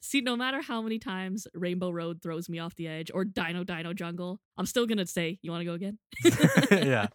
See, no matter how many times Rainbow Road throws me off the edge or Dino Dino Jungle, I'm still gonna say, "You want to go again?" yeah.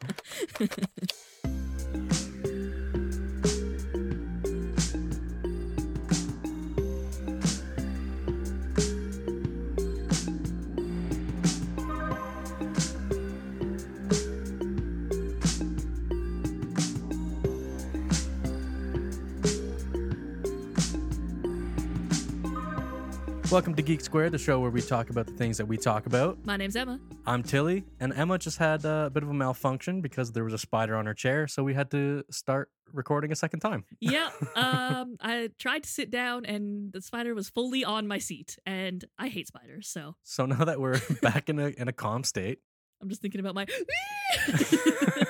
Welcome to Geek Square, the show where we talk about the things that we talk about. My name's Emma. I'm Tilly, and Emma just had uh, a bit of a malfunction because there was a spider on her chair, so we had to start recording a second time. Yep. Um, I tried to sit down, and the spider was fully on my seat, and I hate spiders, so So now that we're back in a in a calm state, I'm just thinking about my.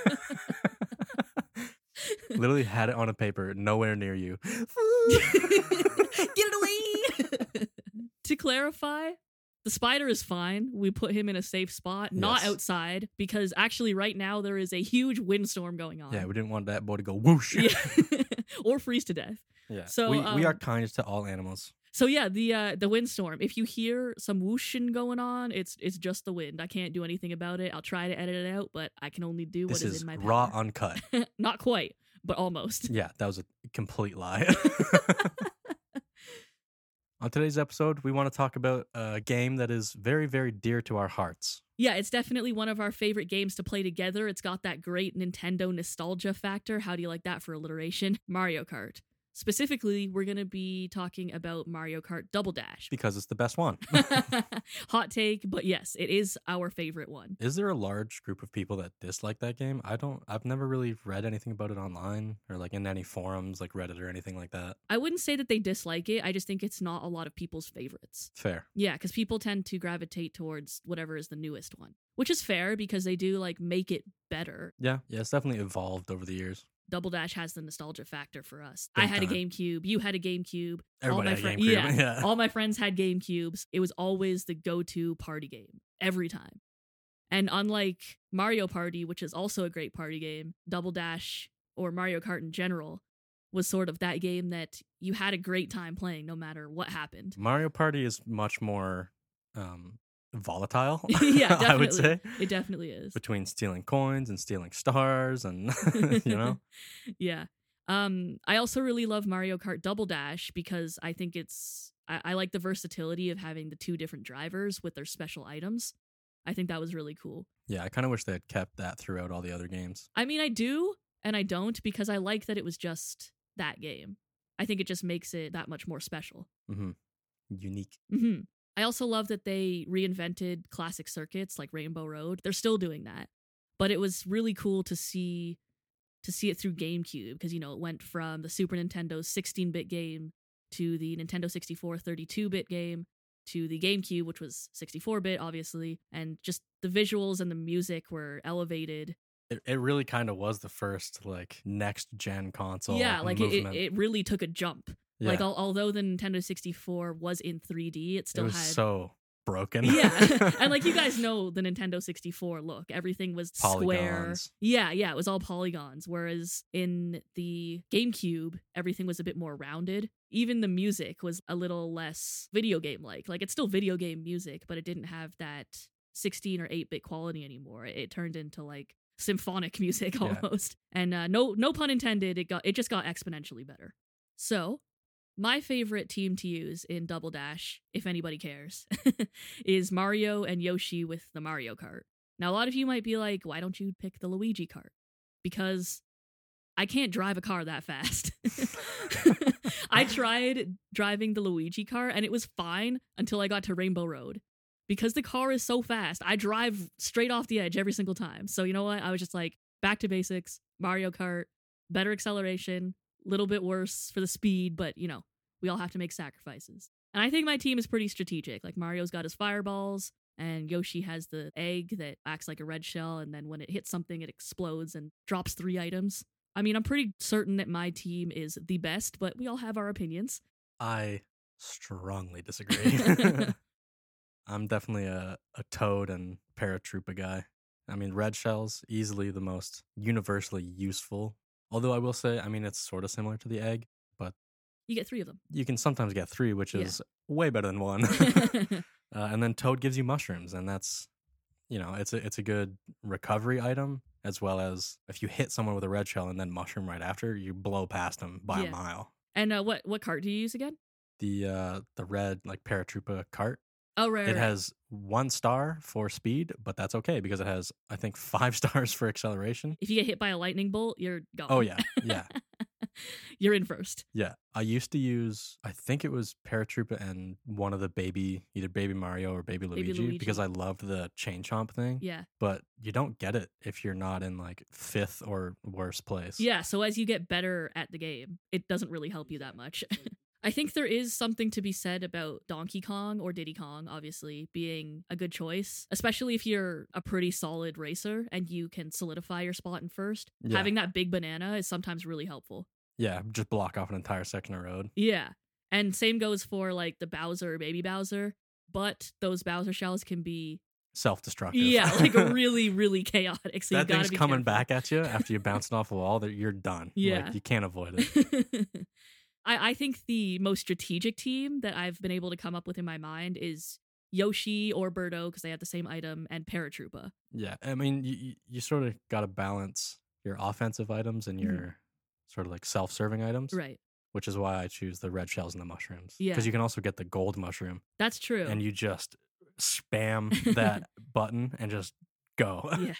literally had it on a paper, nowhere near you. Get it away! to clarify, the spider is fine. We put him in a safe spot, not Yes. outside, because actually, right now, there is a huge windstorm going on. yeah, we didn't want that boy to go whoosh. Yeah. or freeze to death. Yeah. So, we, we um, are kind to all animals. So yeah, the uh, the windstorm. If you hear some whooshing going on, it's it's just the wind. I can't do anything about it. I'll try to edit it out, but I can only do what This is is in my raw power. uncut. Not quite, but almost. Yeah, that was a complete lie. On today's episode, we want to talk about a game that is very, very dear to our hearts. Yeah, it's definitely one of our favorite games to play together. It's got that great Nintendo nostalgia factor. How do you like that for alliteration? Mario Kart. Specifically, we're going to be talking about Mario Kart Double Dash. because it's the best one. Hot take, but yes, it is our favorite one. Is there a large group of people that dislike that game? I don't. I've never really read anything about it online or like in any forums, like Reddit or anything like that. I wouldn't say that they dislike it. I just think it's not a lot of people's favorites. Fair. Yeah, because people tend to gravitate towards whatever is the newest one, which is fair because they do like make it better. Yeah. Yeah. It's definitely evolved over the years. Double Dash has the nostalgia factor for us. I Big had a time. GameCube. You had a GameCube. Everybody my had a fri- GameCube. yeah. Yeah. All my friends had GameCubes. It was always the go to party game every time. And unlike Mario Party, which is also a great party game, Double Dash or Mario Kart in general was sort of that game that you had a great time playing no matter what happened. Mario Party is much more um, volatile. Yeah, I would say It definitely is. between stealing coins and stealing stars, and you know, yeah. Um, I also really love Mario Kart Double Dash because I think it's I, I like the versatility of having the two different drivers with their special items. I think that was really cool. yeah. I kind of wish they had kept that throughout all the other games. I mean, I do and I don't because I like that it was just that game. I think it just makes it that much more special. Unique. hmm I also love that they reinvented classic circuits like Rainbow Road. They're still doing that, but it was really cool to see to see it through GameCube because you know it went from the Super Nintendo's 16-bit game to the Nintendo 64 32-bit game to the GameCube, which was 64-bit, obviously, and just the visuals and the music were elevated. It, it really kind of was the first like next gen console. yeah, and like it, it, movement. it really took a jump. Yeah. Like al- although the Nintendo 64 was in 3D, it still it was had so broken. yeah and like you guys know the nintendo 64 look everything was square Polygons. yeah yeah it was all polygons whereas in the gamecube everything was a bit more rounded even the music was a little less video game like like it's still video game music but it didn't have that 16 or 8 bit quality anymore it, it turned into like symphonic music Yeah. almost and uh, no no pun intended it got it just got exponentially better so my favorite team to use in Double Dash, if anybody cares, is Mario and Yoshi with the Mario Kart. Now, a lot of you might be like, why don't you pick the Luigi Kart? Because I can't drive a car that fast. I tried driving the Luigi Kart and it was fine until I got to Rainbow Road. Because the car is so fast, I drive straight off the edge every single time. So, you know what? I was just like, back to basics, Mario Kart, better acceleration, little bit worse for the speed, but you know, we all have to make sacrifices. And I think my team is pretty strategic. Like Mario's got his fireballs, and Yoshi has the egg that acts like a red shell, and then when it hits something, it explodes and drops three items. I mean, I'm pretty certain that my team is the best, but we all have our opinions. I strongly disagree. I'm definitely a, a toad and paratrooper guy. I mean, red shells easily the most universally useful. Although I will say, I mean, it's sort of similar to the egg, but You get three of them. You can sometimes get three, which Yeah. is way better than one. Uh, and then Toad gives you mushrooms, and that's you know it's a it's a good recovery item as well as if you hit someone with a red shell and then mushroom right after, you blow past them by Yeah. a mile. and uh, what what cart do you use again? The uh the red like paratroopa cart, Oh, right. right, it right. has one star for speed, but that's okay because it has I think five stars for acceleration. If you get hit by a lightning bolt, you're gone. Oh yeah, yeah, you're in first. yeah. I used to use I think it was paratroopa and one of the baby either baby Mario or baby Luigi, Baby because I Luigi. loved the chain chomp thing. Yeah. but you don't get it if you're not in like fifth or worse place. Yeah, so as you get better at the game, it doesn't really help you that much. I think there is something to be said about Donkey Kong or Diddy Kong, obviously, being a good choice, especially if you're a pretty solid racer and you can solidify your spot in first. Yeah. Having that big banana is sometimes really helpful. Yeah, just block off an entire section of road. Yeah. And same goes for like the Bowser, baby Bowser, but those Bowser shells can be, Self destructive. yeah, like really, really chaotic. So that you gotta thing's be careful. coming back at you after you bounce it off a wall. That you're done. Yeah. like, you can't avoid it. I, I think the most strategic team that I've been able to come up with in my mind is Yoshi or Birdo because they have the same item and Paratroopa. yeah, I mean, you- you you sort of got to balance your offensive items and Mhm. your sort of like self serving items, Right. which is why I choose the red shells and the mushrooms. Yeah. because you can also get the gold mushroom, That's true. and you just spam that button and just go. Yeah.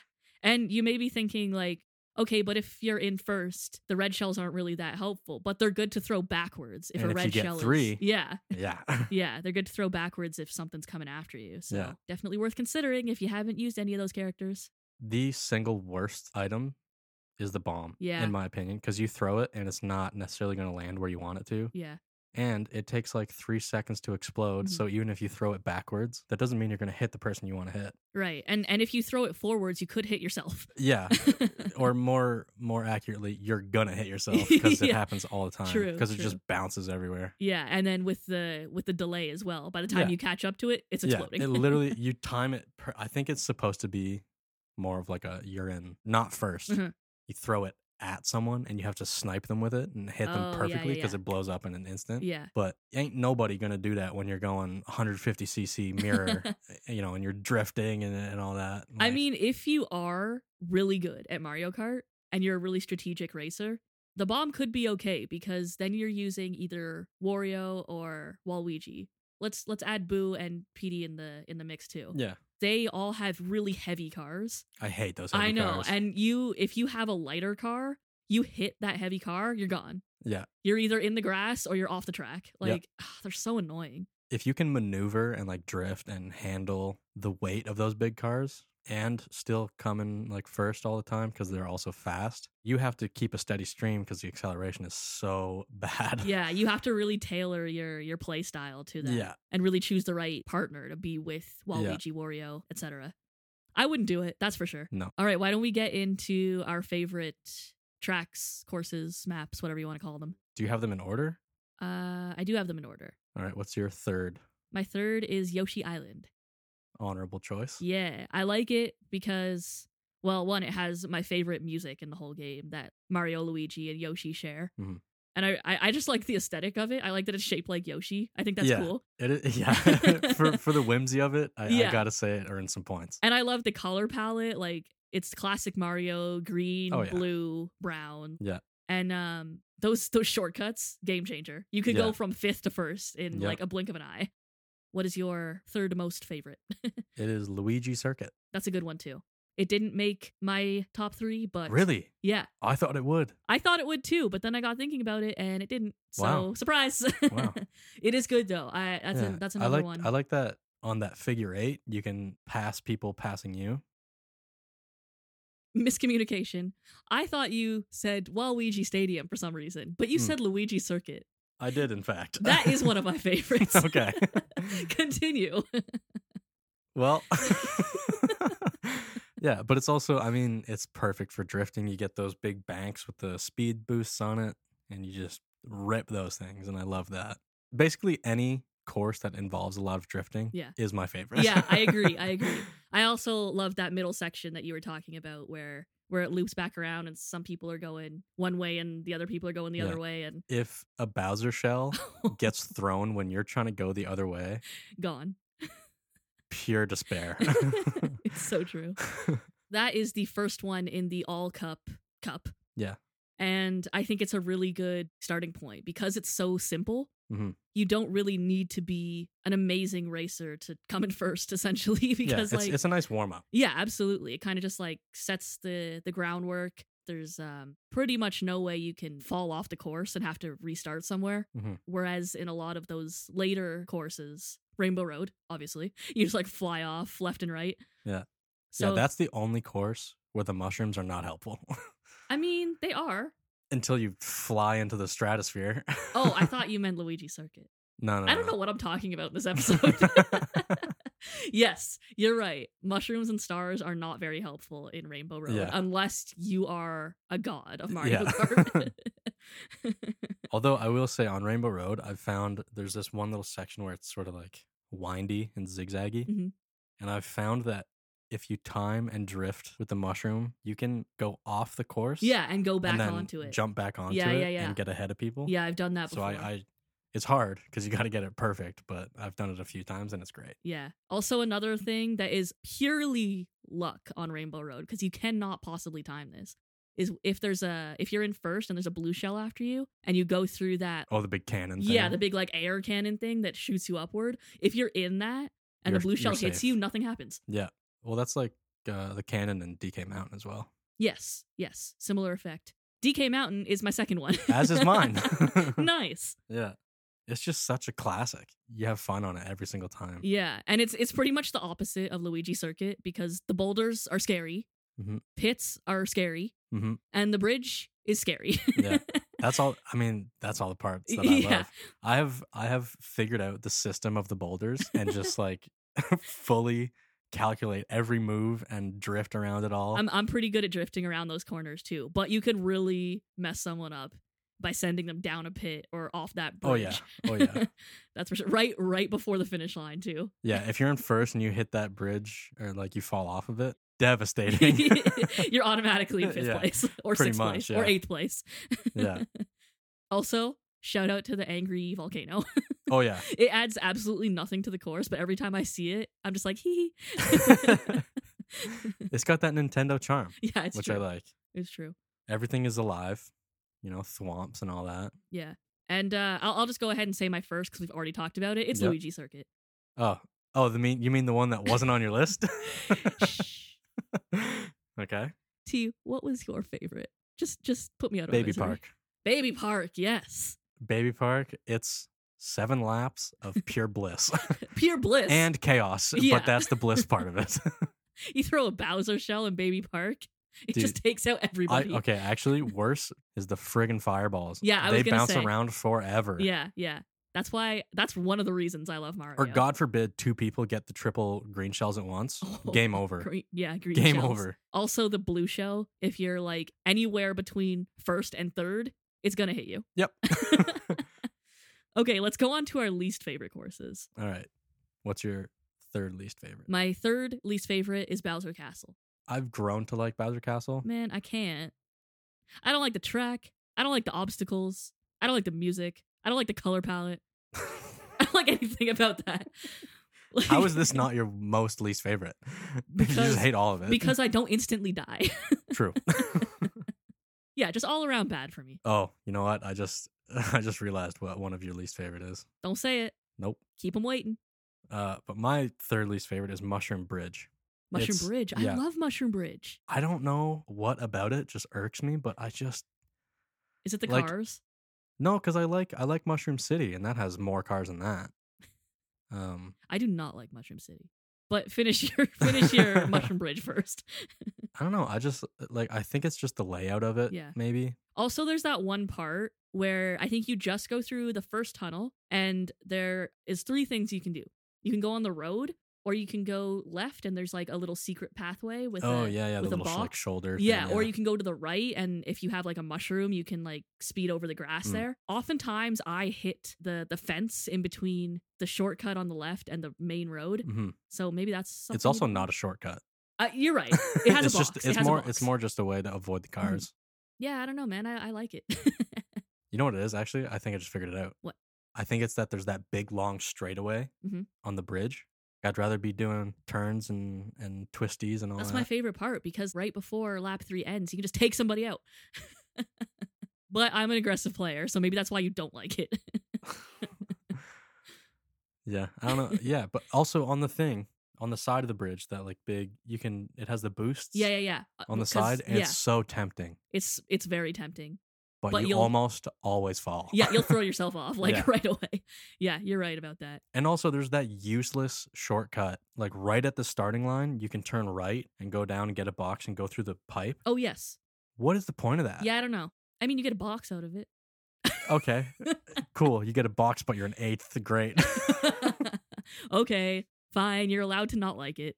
and you may be thinking like, okay, but if you're in first, the red shells aren't really that helpful, but they're good to throw backwards if a And if you red get shell three- is. Yeah. yeah. Yeah, they're good to throw backwards if something's coming after you. So Yeah. definitely worth considering if you haven't used any of those characters. the single worst item is the bomb, Yeah. in my opinion, because you throw it and it's not necessarily going to land where you want it to. Yeah. And it takes like three seconds to explode. Mhm. So even if you throw it backwards, that doesn't mean you're going to hit the person you want to hit. Right. And and if you throw it forwards, you could hit yourself. Yeah. or more more accurately, you're going to hit yourself because it Yeah. happens all the time. True, Because it true. just bounces everywhere. Yeah, and then with the with the delay as well. By the time Yeah. you catch up to it, it's exploding. Yeah. It literally, you time it. Per, I think it's supposed to be more of like a you're in, not 1st Mhm. You throw it at someone and you have to snipe them with it and hit Oh, them yeah, perfectly yeah, because yeah. it blows up in an instant. yeah, but ain't nobody gonna do that when you're going 150cc mirror eh, you know and you're drifting and, and all that I Like, mean, if you are really good at Mario Kart and you're a really strategic racer, the bomb could be okay because then you're using either Wario or Waluigi. Let's let's add Boo and PD in the in the mix too. yeah They all have really heavy cars. i hate those heavy I know, cars. and you if you have a lighter car, you hit that heavy car, you're gone. yeah You're either in the grass or you're off the track. Yeah. Like ah, they're so annoying. if you can maneuver and like drift and handle the weight of those big cars and still come in like first all the time because they're also fast you have to keep a steady stream because the acceleration is so bad yeah, you have to really tailor your your play style to that yeah and really choose the right partner to be with Waluigi, Wario, etc. I wouldn't do it, that's for sure. No. All right, why don't we get into our favorite tracks, courses, maps, whatever you want to call them? do you have them in order Uh, I do have them in order. all right what's your third My third is Yoshi Island. honorable choice Yeah, I like it because well, one, it has my favorite music in the whole game that Mario, Luigi, and Yoshi share. Mhm. And I, I, I just like the aesthetic of it. I like that it's shaped like Yoshi. I think that's Yeah. cool. It is, yeah for, for the whimsy of it I, I Yeah. gotta say it earned some points And I love the color palette. Like it's classic Mario, green, Oh, yeah. blue, brown. Yeah. And um those those shortcuts, game changer. You could Yeah. go from fifth to first in Yep. like a blink of an eye. What is your third most favorite? It is Luigi Circuit. That's a good one too. It didn't make my top three, but Really? yeah, I thought it would. I thought it would too, but then I got thinking about it and it didn't. So Wow. surprise. Wow. it is good though. I that's Yeah. a, that's I another like one. I like that on that figure eight, you can pass people passing you. Miscommunication. I thought you said Waluigi Stadium for some reason, but you Hmm. said Luigi Circuit. I did, in fact. That is one of my favorites. Okay. Continue. well. yeah, but it's also I mean, it's perfect for drifting. You get those big banks with the speed boosts on it, and you just rip those things, and I love that. Basically, any course that involves a lot of drifting Yeah. is my favorite. yeah, I agree. I agree. I also love that middle section that you were talking about where where it loops back around and some people are going one way and the other people are going the Yeah. other way and if a Bowser shell gets thrown when you're trying to go the other way, gone. pure despair. it's so true. That is the first one in the all cup cup. Yeah. And I think it's a really good starting point because it's so simple. Mhm. You don't really need to be an amazing racer to come in first, essentially, yeah, because it's, like it's a nice warm up. Yeah, absolutely. It kind of just like sets the the groundwork. There's um, pretty much no way you can fall off the course and have to restart somewhere. Mhm. Whereas in a lot of those later courses, Rainbow Road, obviously, you just like fly off left and right. Yeah. So yeah, that's the only course where the mushrooms are not helpful I mean, they are. until you fly into the stratosphere. Oh, I thought you meant Luigi Circuit. no, no, I don't know no. what I'm talking about in this episode. yes, you're right. Mushrooms and stars are not very helpful in Rainbow Road Yeah. unless you are a god of Mario Yeah. Kart. Although I will say on Rainbow Road, I found there's this one little section where it's sort of like windy and zigzaggy. Mhm. And I've found that if you time and drift with the mushroom, you can go off the course. yeah, and go back and then onto it. Jump back onto Yeah, it yeah, yeah. and get ahead of people. Yeah, I've done that So before. I, I it's hard because you got to get it perfect, but I've done it a few times and it's great. yeah. Also, another thing that is purely luck on Rainbow Road because you cannot possibly time this is if there's a if you're in first and there's a blue shell after you and you go through that Oh, the big cannon. yeah thing. the big like air cannon thing that shoots you upward. If you're in that and You're- the blue shell you're hits safe. you, nothing happens. Well, that's like uh, the cannon and DK Mountain as well. Yes, yes, similar effect. DK Mountain is my second one. As is mine. nice. Yeah. It's just such a classic. You have fun on it every single time. Yeah, and it's it's pretty much the opposite of Luigi Circuit because the boulders are scary, Mhm. pits are scary, hmm and the bridge is scary. Yeah. That's all. I mean, that's all the parts that I Yeah. love. I have I have figured out the system of the boulders and just like fully calculate every move and drift around it all. I'm I'm pretty good at drifting around those corners too, but you could really mess someone up by sending them down a pit or off that bridge. oh yeah, oh yeah, That's for sure. Right right before the finish line too. yeah. If you're in first and you hit that bridge or like you fall off of it, devastating. You're automatically in fifth Yeah, place or pretty sixth much, place yeah. or eighth place. yeah. Also, shout out to the angry volcano. Oh yeah. It adds absolutely nothing to the course, but every time I see it, I'm just like hee. hee. it's got that Nintendo charm, yeah, it's which true. I like. It's true. Everything is alive, you know, thwomps and all that. Yeah. And uh, I'll, I'll just go ahead and say my first because we've already talked about it. It's Yep. Luigi Circuit. Oh, oh, the mean you mean the one that wasn't on your list? Shh. okay, T, what was your favorite? Just just put me out of my Baby misery. Park. Baby Park, yes. Baby Park. It's seven laps of pure bliss Pure bliss. and chaos, Yeah. but that's the bliss part of it. you throw a Bowser shell in Baby Park, it Dude, just takes out I, everybody. okay, actually, worse is the friggin' fireballs. Yeah, I they was gonna bounce say. around forever. Yeah, yeah. That's why that's one of the reasons I love Mario. Or God forbid, two people get the triple green shells at once. Oh, Game over. Green, yeah, green Game shells. over. Also, the blue shell, if you're like anywhere between first and third, it's going to hit you. Yep. okay, let's go on to our least favorite courses. All right. What's your third least favorite? My third least favorite is Bowser Castle. I've grown to like Bowser Castle. Man, I can't. I don't like the track. I don't like the obstacles. I don't like the music. I don't like the color palette. I don't like anything about that. Like, How is this not your most least favorite? you Because- just hate all of it. Because I don't instantly die. true. yeah, just all around bad for me. oh, you know what? I just I just realized what one of your least favorite is. Don't say it. Nope. Keep them waiting. Uh, but my third least favorite is Mushroom Bridge. Mushroom It's- Bridge. I yeah. love Mushroom Bridge. I don't know what about it just irks me, but I just Is it the Like- cars? no, because I like I like Mushroom City, and that has more cars than that. Um, I do not like Mushroom City. But finish your finish your Mushroom Bridge first. I don't know. I just like I think it's just the layout of it. Yeah. Maybe. Also, there's that one part where I think you just go through the first tunnel, and there is three things you can do. You can go on the road, or you can go left and there's like a little secret pathway with oh a, yeah, yeah, with the a little sh- like box. shoulder. thing, yeah, or you can go to the right, and if you have like a mushroom, you can like speed over the grass Hmm. there. Oftentimes, I hit the the fence in between the shortcut on the left and the main road, Mhm. so maybe that's. Something It's also to- not a shortcut. Uh, you're right. It has a it's just box. It it's has a more box. Mm-hmm. it's more just a way to avoid the cars. Yeah, I don't know, man. I, I like it. You know what it is actually? I think I just figured it out. What? I think it's that there's that big long straightaway Mhm. on the bridge. I'd rather be doing turns and and twisties and all That's that. my favorite part because right before lap three ends, you can just take somebody out. but I'm an aggressive player, so maybe that's why you don't like it. yeah, I don't know. yeah, but also on the thing on the side of the bridge, that like big, you can it has the boosts. yeah, yeah, yeah. Uh, On the 'cause- side, and yeah, it's so tempting, it's it's very tempting. but, But you you'll- almost always fall. Yeah, you'll throw yourself off like Yeah. right away. Yeah, you're right about that. And also, there's that useless shortcut. Like right at the starting line, you can turn right and go down and get a box and go through the pipe. Oh yes. What is the point of that? Yeah, I don't know. I mean, you get a box out of it. Okay. cool. You get a box, but you're an eighth. Great. okay, fine. You're allowed to not like it.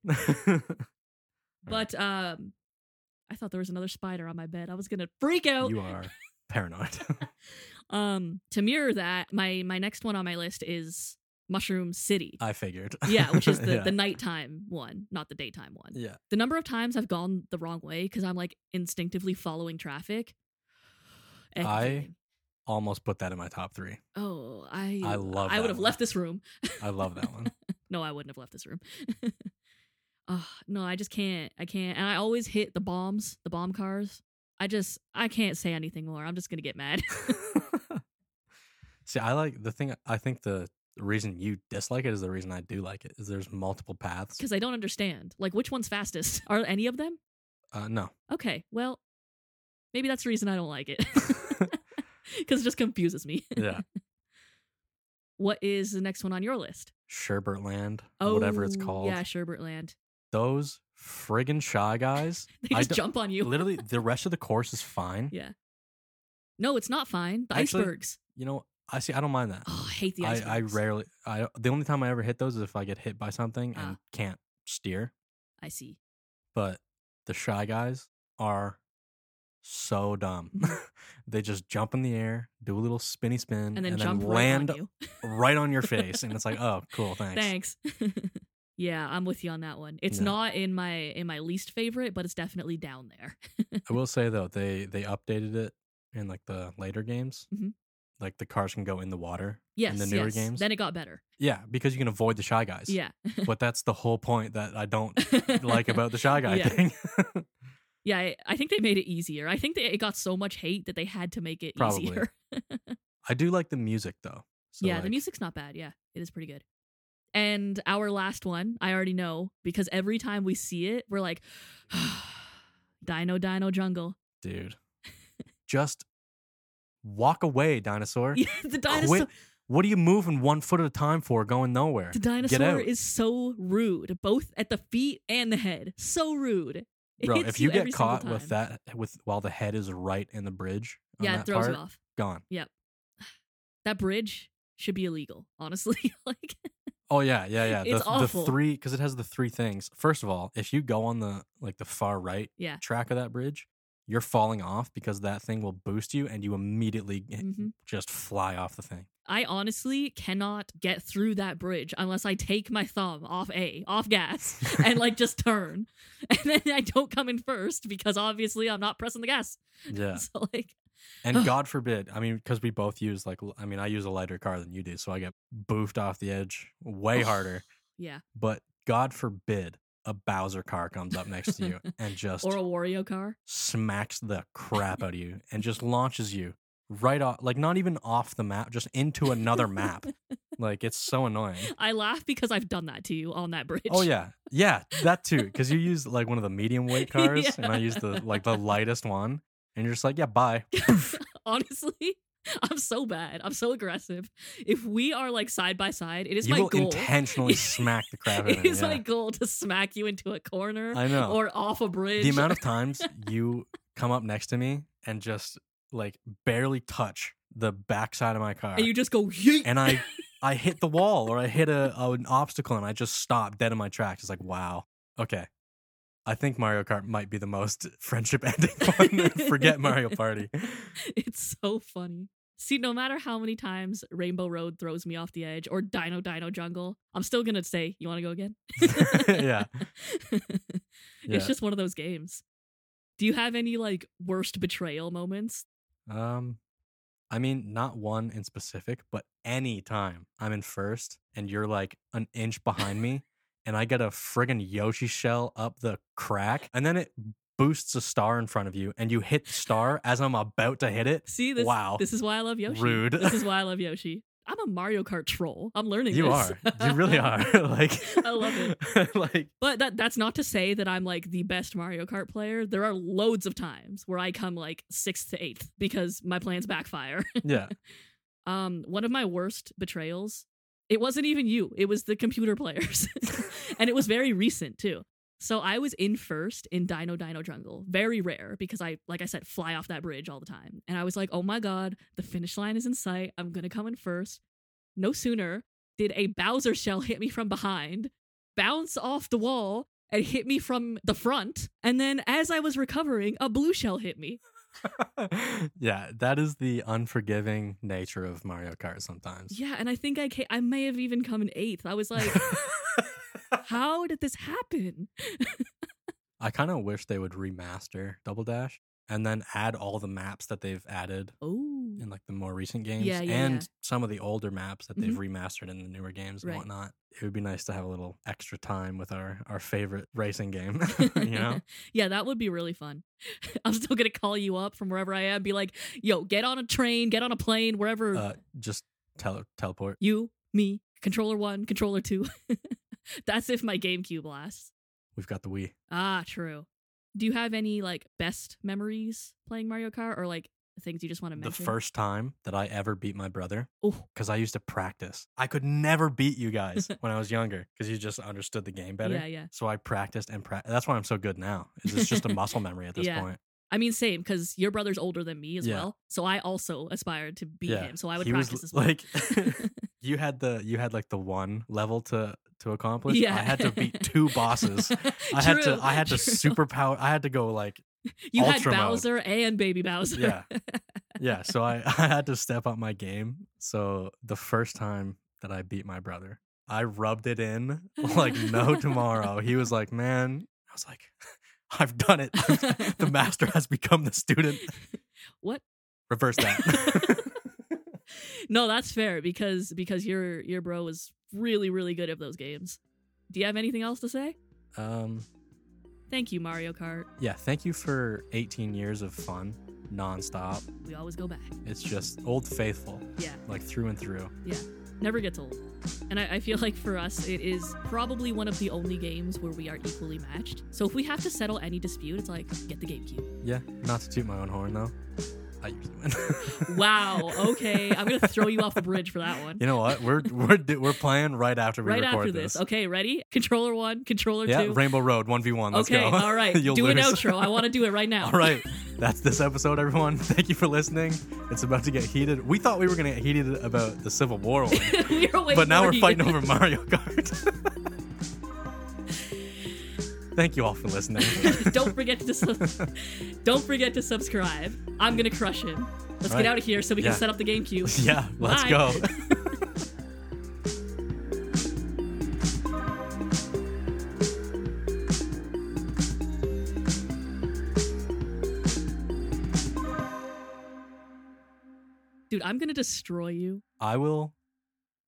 But um, I thought there was another spider on my bed. I was gonna freak out. you are paranoid. um to mirror that my my next one on my list is mushroom city I figured. yeah which is the, Uh, yeah. the nighttime one not the daytime one Yeah. the number of times i've gone the wrong way because i'm like instinctively following traffic I- Aggravating. Almost put that in my top three. oh i I love i that would have one. left this room I love that one. no i wouldn't have left this room oh no i just can't i can't and i always hit the bombs the bomb cars i just i can't say anything more i'm just gonna get mad See, I like the thing. I think the reason you dislike it is the reason I do like it. Is there's multiple paths? because i don't understand like which one's fastest are any of them Uh, no. Okay, well, maybe that's the reason I don't like it. Because it just confuses me. Yeah. What is the next one on your list? Sherbert Land, whatever it's Oh, called. Yeah, Sherbertland. Those friggin' shy guys. They I just don't- jump on you. Literally, the rest of the course is fine. Yeah. No, it's not fine. The Actually- icebergs. You know, I see. I don't mind that. Oh, I hate the I, I icebergs. rarely. I the only time I ever hit those is if I get hit by something Ah. and can't steer. I see. But the shy guys are so dumb. Mhm. they just jump in the air, do a little spinny spin, And then jump land right on you. right on your face, and it's like, oh, cool, thanks. Thanks. yeah, I'm with you on that one. It's Yeah. not in my in my least favorite, but it's definitely down there. I will say though, they they updated it in like the later games. Mhm. Like the cars can go in the water. Yes. the newer yes. games? Then it got better. Yeah, because you can avoid the shy guys. Yeah. But that's the whole point that I don't like about the shy guy Yeah. thing. Yeah, I, I think they made it easier. I think they, it got so much hate that they had to make it Probably. easier. I do like the music though. So yeah, the like- music's not bad. Yeah, it is pretty good. And our last one, I already know because every time we see it, we're like, Dino Dino Jungle. dude. Just walk away, dinosaur. Yeah, the dinosaur, Quit. What are you moving one foot at a time for, going nowhere? the Get dinosaur out. is so rude, both at the feet and the head. So rude. It Bro, hits if you, every get single caught with time. that, with while the head is right in the bridge, on yeah, that it throws part, it off. gone. That bridge should be illegal, honestly. like, Oh yeah, yeah, yeah. It's the, awful. the three because it has the three things. First of all, if you go on the like the far right Yeah. track of that bridge, you're falling off because that thing will boost you and you immediately eh, mhm. just fly off the thing. I honestly cannot get through that bridge unless I take my thumb off A, off gas, and like just turn. And then I don't come in first because obviously I'm not pressing the gas. Yeah. So like And God forbid, I mean, because we both use like, l- I mean, I use a lighter car than you do, so I get boofed off the edge way Oh. harder. yeah. But God forbid a Bowser car comes up next to you and just Or a Wario car. smacks the crap out of you and just launches you right off, like not even off the map, just into another map. Like it's so annoying. I laugh because I've done that to you on that bridge. Oh yeah, yeah, that too. Because you use like one of the medium weight cars, and I Yeah. use the like the lightest one, and you're just like, yeah, bye. honestly. I'm so bad. I'm so aggressive. If we are like side by side, it is you my will goal. intentionally smack the crap out of It me. is yeah. my goal to smack you into a corner I know. or off a bridge. the amount of times you come up next to me and just like barely touch the backside of my car and you just go yeet. and i I hit the wall or I hit a, a- an obstacle and I just stopped dead in my tracks. It's like, wow. Okay. I think Mario Kart might be the most friendship ending one. Forget Mario Party. It's so funny. See, no matter how many times Rainbow Road throws me off the edge or Dino Dino Jungle, I'm still gonna say, "You want to go again?" Yeah. Yeah. It's just one of those games. Do you have any like worst betrayal moments? Um, I mean, not one in specific, but any time I'm in first and you're like an inch behind me, and I get a friggin' Yoshi shell up the crack, and then it boosts a star in front of you, and you hit the star as I'm about to hit it. See this. wow, This is why I love Yoshi. Rude. This is why I love Yoshi. I'm a Mario Kart troll. I'm learning. you this. are, you really are. like, I love it. like, But that that's not to say that I'm like the best Mario Kart player. There are loads of times where I come like sixth to eighth because my plans backfire. yeah, Um, one of my worst betrayals. It wasn't even you. It was the computer players, and it was very recent too. So I was in first in Dino Dino Jungle. Very rare because I, like I said, fly off that bridge all the time. And I was like, oh my god, the finish line is in sight. I'm gonna come in first. No sooner did a Bowser shell hit me from behind, bounce off the wall, and hit me from the front. And then as I was recovering, a blue shell hit me. yeah. That is the unforgiving nature of Mario Kart sometimes. Yeah, and I think I ca- I may have even come in eighth. I was like. how did this happen? I kind of wish they would remaster Double Dash and then add all the maps that they've added Oh, in like the more recent games Yeah, yeah, and yeah. Mm-hmm. some of the older maps that they've remastered in the newer games and Right. whatnot. It would be nice to have a little extra time with our our favorite racing game, you know? yeah, that would be really fun. I'm still gonna call you up from wherever I am, be like, "Yo, get on a train, get on a plane, wherever Uh, just tele- teleport. you, me, controller one, controller two. That's if my GameCube lasts. We've got the Wii. Ah, true. Do you have any like best memories playing Mario Kart or like things you just want to The mention? first time that I ever beat my brother oh, because I used to practice. I could never beat you guys when I was younger because you just understood the game better. yeah, yeah. So I practiced and practiced. That's why I'm so good now. is It's just a muscle memory at this Yeah. point. I mean, same because your brother's older than me as Yeah. well, so I also aspired to beat Yeah, him. So I would he was practice as well. like you had the you had like the one level to to accomplish. Yeah. I had to beat two bosses. I had to True, I had to true. superpower. I had to go like You ultra had mode. Bowser and Baby Bowser. yeah yeah. So I I had to step up my game. So the first time that I beat my brother, I rubbed it in like no tomorrow. He was like, man. I was like, I've done it. I've- the master has become the student. What? Reverse that. No, that's fair because because your your bro was really really good at those games. Do you have anything else to say? um. Thank you, Mario Kart. Yeah, thank you for 18 years of fun, nonstop. We always go back. It's just old faithful, Yeah, like through and through. never gets old. And I, I feel like for us, it is probably one of the only games where we are equally matched. So if we have to settle any dispute, it's like get the GameCube. Yeah, not to toot my own horn though. I usually win. Wow. Okay, I'm gonna throw you off the bridge for that one. You know what? We're we're do- we're playing right after we right record after this. Okay, ready? Controller one, controller Yeah, two. Rainbow Road 1v1. Let's okay, go. all right. You'll do an lose. outro. I want to do it right now. All right. That's this episode, everyone. Thank you for listening. It's about to get heated. We thought we were going to get heated about the Civil War one, we were waiting but now for we're you. fighting over Mario Kart. Thank you all for listening. don't forget to sub- don't forget to subscribe. I'm gonna crush him. Let's Right. get out of here so we Yeah. can set up the GameCube. yeah, let's Bye. go. Dude, I'm gonna destroy you. I will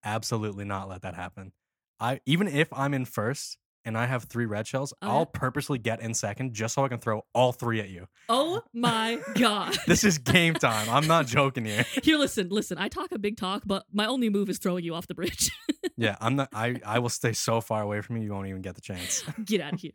absolutely not let that happen. I even if I'm in first and I have three red shells, Oh, I'll yeah. purposely get in second just so I can throw all three at you. Oh my god. This is game time. I'm not joking here. Here, listen, listen. I talk a big talk, but my only move is throwing you off the bridge. Yeah, I'm not I I will stay so far away from you you won't even get the chance. get out of here.